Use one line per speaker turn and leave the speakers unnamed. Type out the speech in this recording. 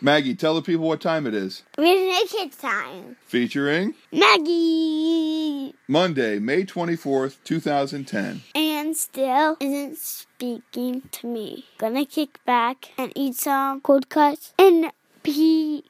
Maggie, tell the people what time it is.
Reading at kids' time.
Featuring
Maggie!
Monday, May 24th, 2010.
And still isn't speaking to me. Gonna kick back and eat some cold cuts and pee